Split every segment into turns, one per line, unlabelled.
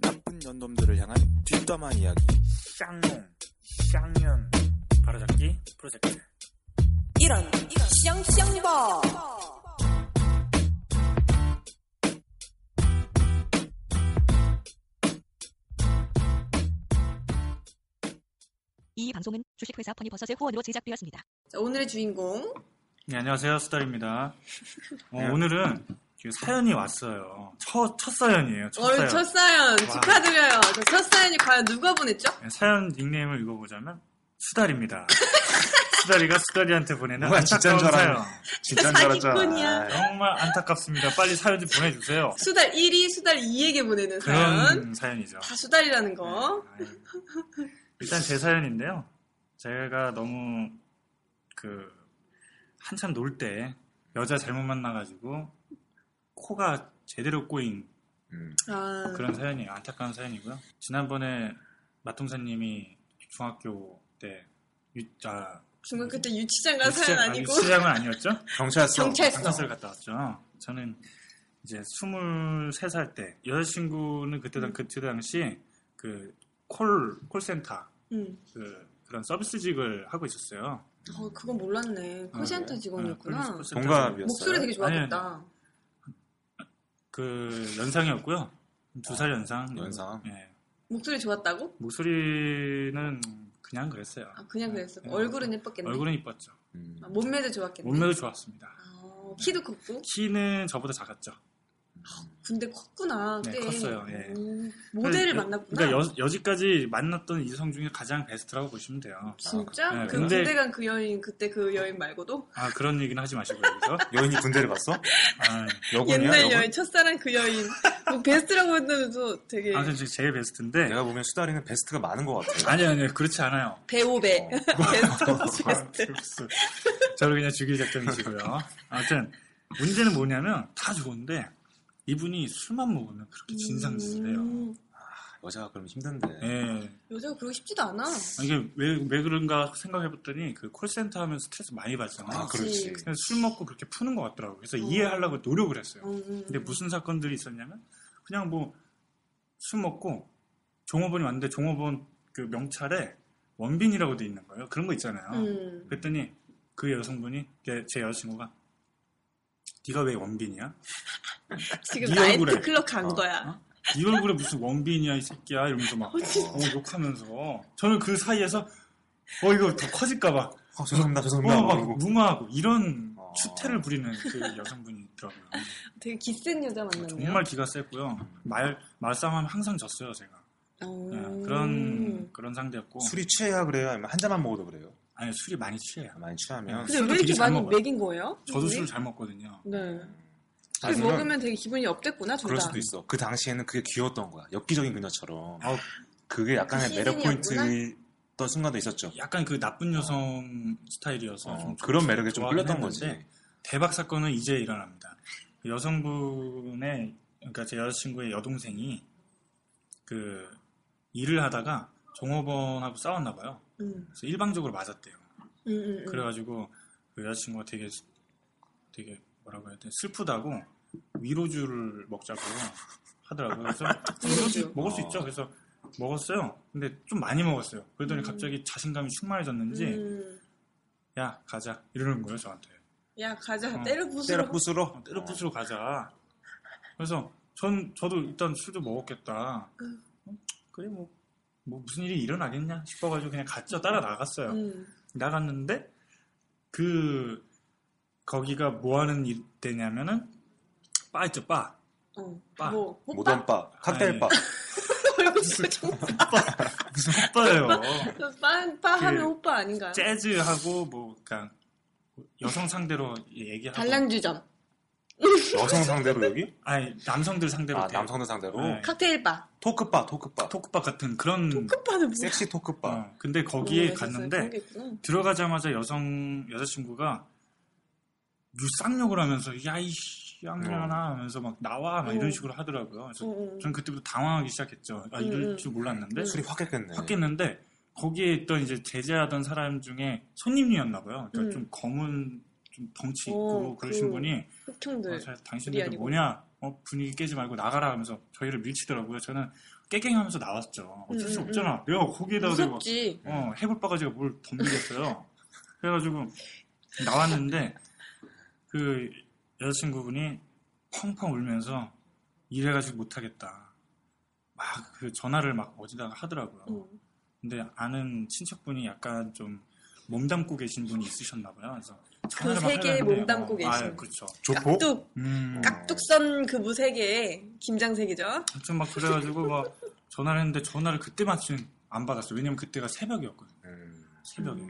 나쁜 년놈들을 향한 뒷담화 이야기
쌍농, 쌍년, 바로잡기 프로젝트.
이런 쌍쌍버
이 방송은 주식회사 퍼니버섯의 후원으로 제작되었습니다.
자, 오늘의 주인공
네, 안녕하세요. 수달입니다. 어, 오늘은 그 사연이 왔어요. 첫, 첫 사연이에요. 첫 사연.
오늘 어, 첫 사연 축하드려요. 저첫 사연이 과연 누가 보냈죠?
네, 사연 닉네임을 읽어보자면 수달입니다. 수달이가 수달이한테 보내는
뭐야,
안타까운
진짜인 줄
사연.
알았네. 진짜인 줄 알았잖아.
사기꾼이야.
아이,
정말 안타깝습니다. 빨리 사연 좀 보내주세요.
수달 1위, 수달 2에게 보내는 사연.
그런 사연이죠.
다 수달이라는 거.
네, 아유. 일단 제 사연인데요. 제가 너무 그 한참 놀 때 여자 잘못 만나가지고 코가 제대로 꼬인
음,
아,
그런 사연이에요. 안타까운 사연이고요. 지난번에 마통사님이 중학교 때 유, 아,
중간 그때 유치장 간 사연
유치장- 아,
아니고
유치장은 아니었죠?
경찰서
경찰서.
방사슬 갔다 왔죠. 저는 이제 23살 때 여자친구는 그때, 당- 그때 당시 그 콜 콜센터
음.
그, 그런 서비스직을 하고 있었어요.
어, 그건 몰랐네. 콜센터
어,
직원이었구나.
콜센터
동갑이었어요
목소리 되게
아니,
좋았겠다.
그 연상이었고요. 두 살 연상.
아, 연상.
예.
목소리 좋았다고?
목소리는 그냥 그랬어요.
아, 그냥 그랬어.
예.
얼굴은 예뻤겠네.
얼굴은 이뻤죠.
음.
아, 몸매도 좋았겠네.
몸매도 좋았습니다.
아, 키도 컸고
키는 저보다 작았죠.
아. 군대 컸구나.
네,
꽤.
컸어요. 예.
음,
그러니까
모델을
여-
만났구나.
그러니까 여, 지까지 만났던 이성 중에 가장 베스트라고 보시면 돼요.
진짜?
네,
그
근데-
군대 간 그 여인 그때 그 여인 말고도
아 그런 얘기는 하지 마시고요. 여기서.
여인이 군대를 갔어?
아,
여군이야
옛날
여군?
여인 첫사랑 그 여인 뭐 베스트라고 했는데도 되게
아무튼 제일 베스트인데.
내가 보기엔 수다리는 베스트가 많은 것 같아
아니 아니요 그렇지 않아요.
배우배
어,
베스트
아, 저를 그냥 죽일 작정이시고요. 아무튼 문제는 뭐냐면 다 좋은데 이분이 술만 먹으면 그렇게 진상짓을 해요.
음,
여자가 그럼 힘든데
예.
여자가 그러고 싶지도 않아 음,
아, 이게 왜, 왜 그런가 생각해봤더니 그 콜센터 하면 스트레스 많이 받잖아요.
아 그렇지
그냥 술 먹고 그렇게 푸는 것 같더라고요. 그래서
음.
이해하려고 노력을 했어요.
음, 음.
근데 무슨 사건들이 있었냐면 그냥 뭐 술 먹고 종업원이 왔는데 종업원 그 명찰에 원빈이라고 돼 있는 거예요. 그런 거 있잖아요.
음.
그랬더니 그 여성분이 제- 제 여자친구가 네가 왜 원빈이야?
지금
네 얼굴에.
나이트클럽 간 거야
어? 네 얼굴에 무슨 원빈이야 이 새끼야 이러면서 막
어, 진짜.
어, 욕하면서 저는 그 사이에서 어 이거 더 커질까봐 어,
어, 죄송합니다 죄송합니다
막
모르고
무마하고 이런
어.
추태를 부리는 그 여성분이 있더라고요.
아,
되게 기센 여자 만났네요
정말 기가 셌고요. 말 말싸움하면 항상 졌어요 제가.
어.
예, 그런 그런 상대였고
뭐, 술이 취해야 그래요? 아니면 한 잔만 먹어도 그래요?
아니 술이 많이 취해요.
많이 취하면
근데
술도
왜
되게
이렇게
잘
많이
먹어요.
먹인 거예요?
저도
이분이?
술을 잘 먹거든요.
네. 술
나중에
먹으면 되게 기분이 업됐구나 둘다
그럴 수도 있어 그 당시에는 그게 귀여웠던 거야 엽기적인 그녀처럼 어,
아우,
그게 약간의
그
매력
시즌이었구나.
포인트였던 순간도 있었죠
약간 그 나쁜 여성 스타일이어서
어,
좀
그런 매력에 좀
좋아하긴
끌렸던
했는데
거지
대박 사건은 이제 일어납니다. 그 여성분의 그러니까 제 여자친구의 여동생이 그 일을 하다가 종업원하고 싸웠나 봐요.
음.
그래서 일방적으로 맞았대요.
음, 음, 음.
그래가지고 그 여자친구가 되게 되게 뭐라고 해야 돼 슬프다고 위로주를 먹자고 하더라고요. 그래서
위로주.
먹을 수
어.
있죠. 그래서 먹었어요. 근데 좀 많이 먹었어요. 그러더니
음.
갑자기 자신감이 충만해졌는지
음.
야 가자 이러는 거예요 저한테.
야 가자
어,
때려 부수러
때려 부수러 어,
때려 부수러 가자. 그래서 전 저도 일단 술도 먹었겠다.
음.
어, 그래 뭐, 뭐 무슨 일이 일어나겠냐 싶어가지고 그냥 갔죠. 따라 나갔어요.
음.
나갔는데 그 거기가 뭐 하는 일 때냐면은 바 있죠 바.
어.
빠.
뭐 호빠?
모던바 칵테일바
얼굴
음.
표정
무슨 바예요.
빠, 빠 하면
그
오빠 아닌가요?
재즈하고 뭐 그러니까 여성 상대로 얘기하고
단란주점
여성 상대로 여기?
아니 남성들 상대로
아,
돼요.
남성들 상대로?
네.
칵테일바.
토크바, 토크바.
토크바 같은 그런
토크바는 무슨 네,
섹시 토크바.
어, 근데 거기에 갔는데
음,
들어가자마자 여성 여자친구가 쌍욕을 하면서 야이
어.
양년아 하면서 막 나와 막 이런
음.
식으로 하더라고요. 그래서
음, 음.
전 그때부터 당황하기 시작했죠. 아 이럴
음,
줄 몰랐는데
술이 확 깼겠네.
확 깼는데 거기에 있던 이제 제재하던 사람 중에 손님이었나 봐요. 그러니까
음.
좀 검은 좀 덩치
어,
있고 그러신
그
분이
흑청들.
어, 자, 당신들
아니고.
뭐냐 어, 분위기 깨지 말고 나가라 하면서 저희를 밀치더라고요. 저는 깨갱하면서 나왔죠. 어쩔 수
음, 음,
없잖아. 내가 거기에다가 내가
무섭지.
어, 해골 바가지가 뭘 덤비겠어요. 그래가지고 나왔는데 그 여자친구분이 펑펑 울면서 이래가지고 못하겠다. 막 그 전화를 막 어디다가 하더라고요.
음.
근데 아는 친척분이 약간 좀 몸담고 계신 분이 있으셨나 봐요. 그래서 전화를
그
막
세계에
하려는데,
몸담고 계신.
아유, 그렇죠.
조포?
깍둑.
음,
깍둑선 그 무색의 김장색이죠.
아무튼 막 그래가지고 막 전화를 했는데 전화를 그때 마침 안 받았어요. 왜냐면 그때가 새벽이었거든요.
음.
새벽에.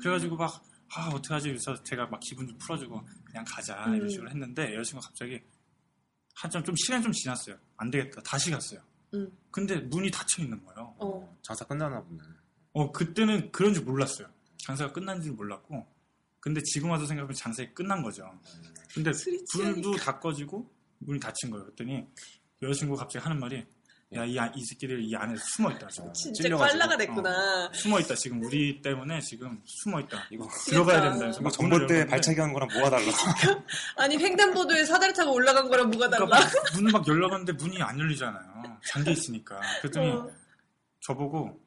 그래가지고 막, 아, 어떡하지? 그래서 제가 막 기분 좀 풀어주고 그냥 가자.
음.
이런 식으로 했는데 여자친구가 갑자기 한참 좀 시간이 좀 지났어요. 안 되겠다. 다시 갔어요.
음.
근데 문이 닫혀 있는 거예요.
어.
장사 끝나나 보네.
어, 그때는 그런 줄 몰랐어요. 장사가 끝난 줄 몰랐고. 근데 지금 와서 생각하면 장사가 끝난 거죠.
음.
근데
술이
불도
취하니까.
다 꺼지고 문이 닫힌 거예요. 그랬더니 여자친구가 갑자기 하는 말이 야, 이, 아- 이 새끼들 이 안에 숨어 있다. 지금.
진짜
찔려가지고.
빨라가
어.
됐구나.
숨어 있다. 지금 우리 때문에 지금 숨어 있다.
이거
들어가야 된다.
미치겠다.
그래서
정말
막
정보
문을
때
열었는데
발차기 한 거랑 뭐가 달라?
아니 횡단보도에 사다리 타고 올라간 거랑 뭐가
그러니까
달라?
막 문을 막 열려봤는데 문이 안 열리잖아요. 잠겨 있으니까. 그랬더니
어.
저보고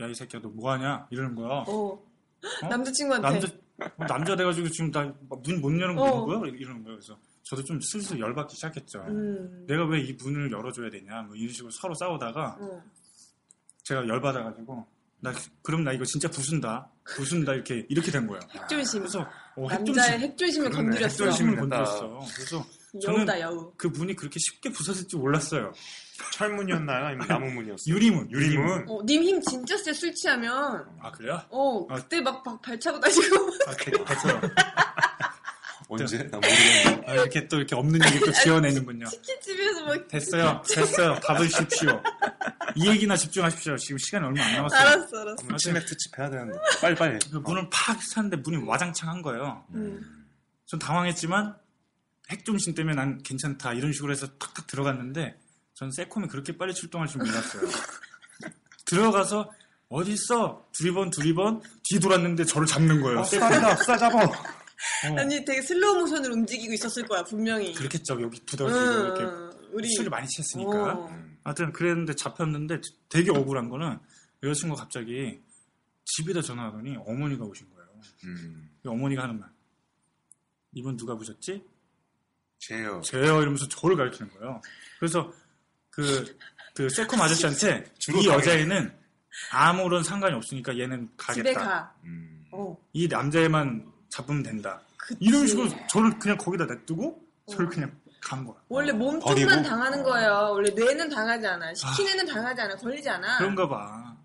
야 이 새끼야 너 뭐하냐 이러는 거야.
어.
어?
남자친구한테.
남자 어, 남자 돼가지고 지금 나 문 못 여는 거
어.
이런 거야 이러는 거예요. 그래서 저도 좀 슬슬 열받기 시작했죠.
음.
내가 왜 이 문을 열어줘야 되냐 뭐 이런 식으로 서로 싸우다가
어.
제가 열받아가지고 나 그럼 나 이거 진짜 부순다 부순다 이렇게 이렇게 된 거예요. 아,
핵조심.
그래서 어,
남자의
핵
핵조심을
그러네.
건드렸어요.
핵조심.
핵심을
했다.
건드렸어. 그래서
여우다
저는-
여우.
그 문이 그렇게 쉽게 부서질 줄 몰랐어요.
철문이었나요? 아니면 나무문이었어요?
유리문,
유리문?
어, 님 힘 진짜 세 술 취하면
아 그래요?
어
아.
그때 막, 막 발차고 다니고
아, 그- 그래서
언제? 나 모르겠네.
아, 이렇게 또 이렇게 없는 얘기 또 지어내는군요.
치킨집에서
아,
막
됐어요, 됐어요. 답을 주십시오. 이 얘기나 집중하십시오. 지금 시간이 얼마 안 남았어요.
알았어 알았어.
한번 치맥 특집 해야 되는데. 어. 빨리빨리.
그 문을 팍 찼는데 문이 와장창 한 거예요.
음.
전 당황했지만 핵중심 때문에 난 괜찮다 이런 식으로 해서 탁탁 들어갔는데 전 세콤이 그렇게 빨리 출동할 줄 몰랐어요. 들어가서 어디 있어 두리번 두리번 뒤돌았는데 저를 잡는 거예요.
어,
세콤.
싸다, 싸 잡아.
어.
음. 아니 되게 슬로우 모션으로 움직이고 있었을 거야 분명히.
그렇겠죠. 여기
응,
두더지고 이렇게
응. 음, 우리
술을 많이 취했으니까.
어.
음.
하여튼 그랬는데 잡혔는데 되게 억울한 거는 여자친구가 갑자기 집에다 전화하더니 어머니가 오신 거예요.
음.
이 어머니가 하는 말. 이번 누가 보셨지?
제요.
제요 이러면서 저를 가리키는 거예요. 그래서 그, 그 세콤 아저씨한테
주로
이
당해.
여자애는 아무런 상관이 없으니까 얘는 가겠다.
집에 가.
음.
어.
이 남자애만 잡으면 된다.
그치.
이런 식으로 저를 그냥 거기다 놔두고 저를
어.
그냥 간 거야.
원래 몸통만
버리고?
당하는 거예요. 원래 뇌는 당하지 않아. 시킨 애는 당하지 않아. 걸리지 않아.
그런가 봐.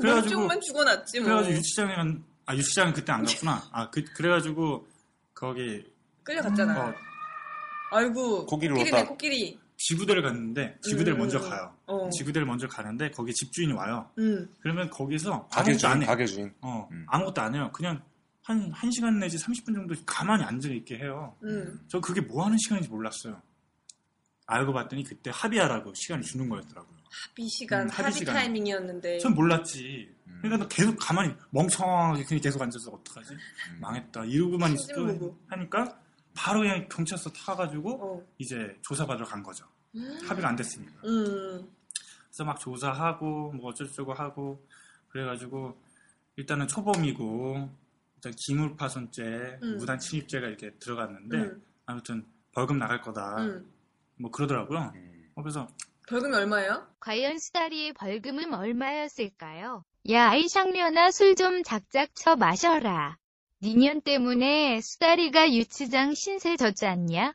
그래가지고
몸통만 죽어놨지 뭐.
그래가지고 유치장에 간, 아, 유치장은 그때 안 갔구나. 아, 그, 그래가지고, 거기,
끌려갔잖아.
어,
아이고.
코끼리로
코끼리네
왔다.
코끼리.
지구대를 갔는데, 지구대를
음,
먼저
음.
가요.
어.
지구대를 먼저 가는데, 거기 집주인이 와요.
음.
그러면 거기서
가게
아무것도 안
주인,
해.
가게 주인.
어,
음.
아무것도 안 해요. 그냥 한, 한 시간 내지 30분 정도 가만히 앉아있게 해요.
음.
저 그게 뭐 하는 시간인지 몰랐어요. 알고 봤더니 그때 합의하라고 시간을 주는 거였더라고요.
합의 시간,
음,
합의,
합의 시간.
타이밍이었는데.
전 몰랐지.
음.
그러니까 나 계속 가만히 멍청하게 그냥 계속 앉아서 어떡하지?
음.
망했다 이러고만
시즌
있어도
보고.
하니까 바로 그냥 경찰서 타가지고
어.
이제 조사받으러 간 거죠.
음.
합의가 안 됐으니까.
음.
그래서 막 조사하고 뭐 어쩌고저쩌고 하고 그래가지고 일단은 초범이고 일단 기물파손죄,
음.
무단 침입죄가 이렇게 들어갔는데
음.
아무튼 벌금 나갈 거다
음.
뭐 그러더라고요.
음.
어, 그래서
벌금이 얼마예요?
과연 수다리의 벌금은 얼마였을까요? 야, 이 샹년아 술 좀 작작 쳐 마셔라. 니년 때문에 수다리가 유치장 신세 졌지 않냐?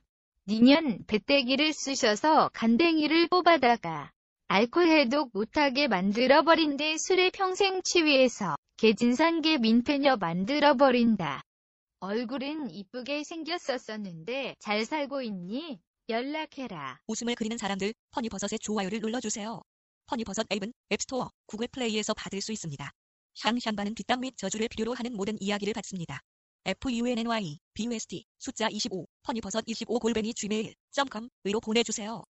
니년 배때기를 쑤셔서 간댕이를 뽑아다가 알코올 해독 못하게 만들어버린데 술에 평생 취위해서 개진산개 민폐녀 만들어버린다. 얼굴은 이쁘게 생겼었었는데 잘 살고 있니? 연락해라.
웃음을 그리는 사람들, 허니버섯의 좋아요를 눌러주세요. 허니버섯 앱은 앱스토어, 구글 플레이에서 받을 수 있습니다. 샹샹바는 뒷담 및 저주를 필요로 하는 모든 이야기를 받습니다. funny, bust, 숫자 25, 허니버섯 25 골뱅이 gmail.com 으로 보내주세요.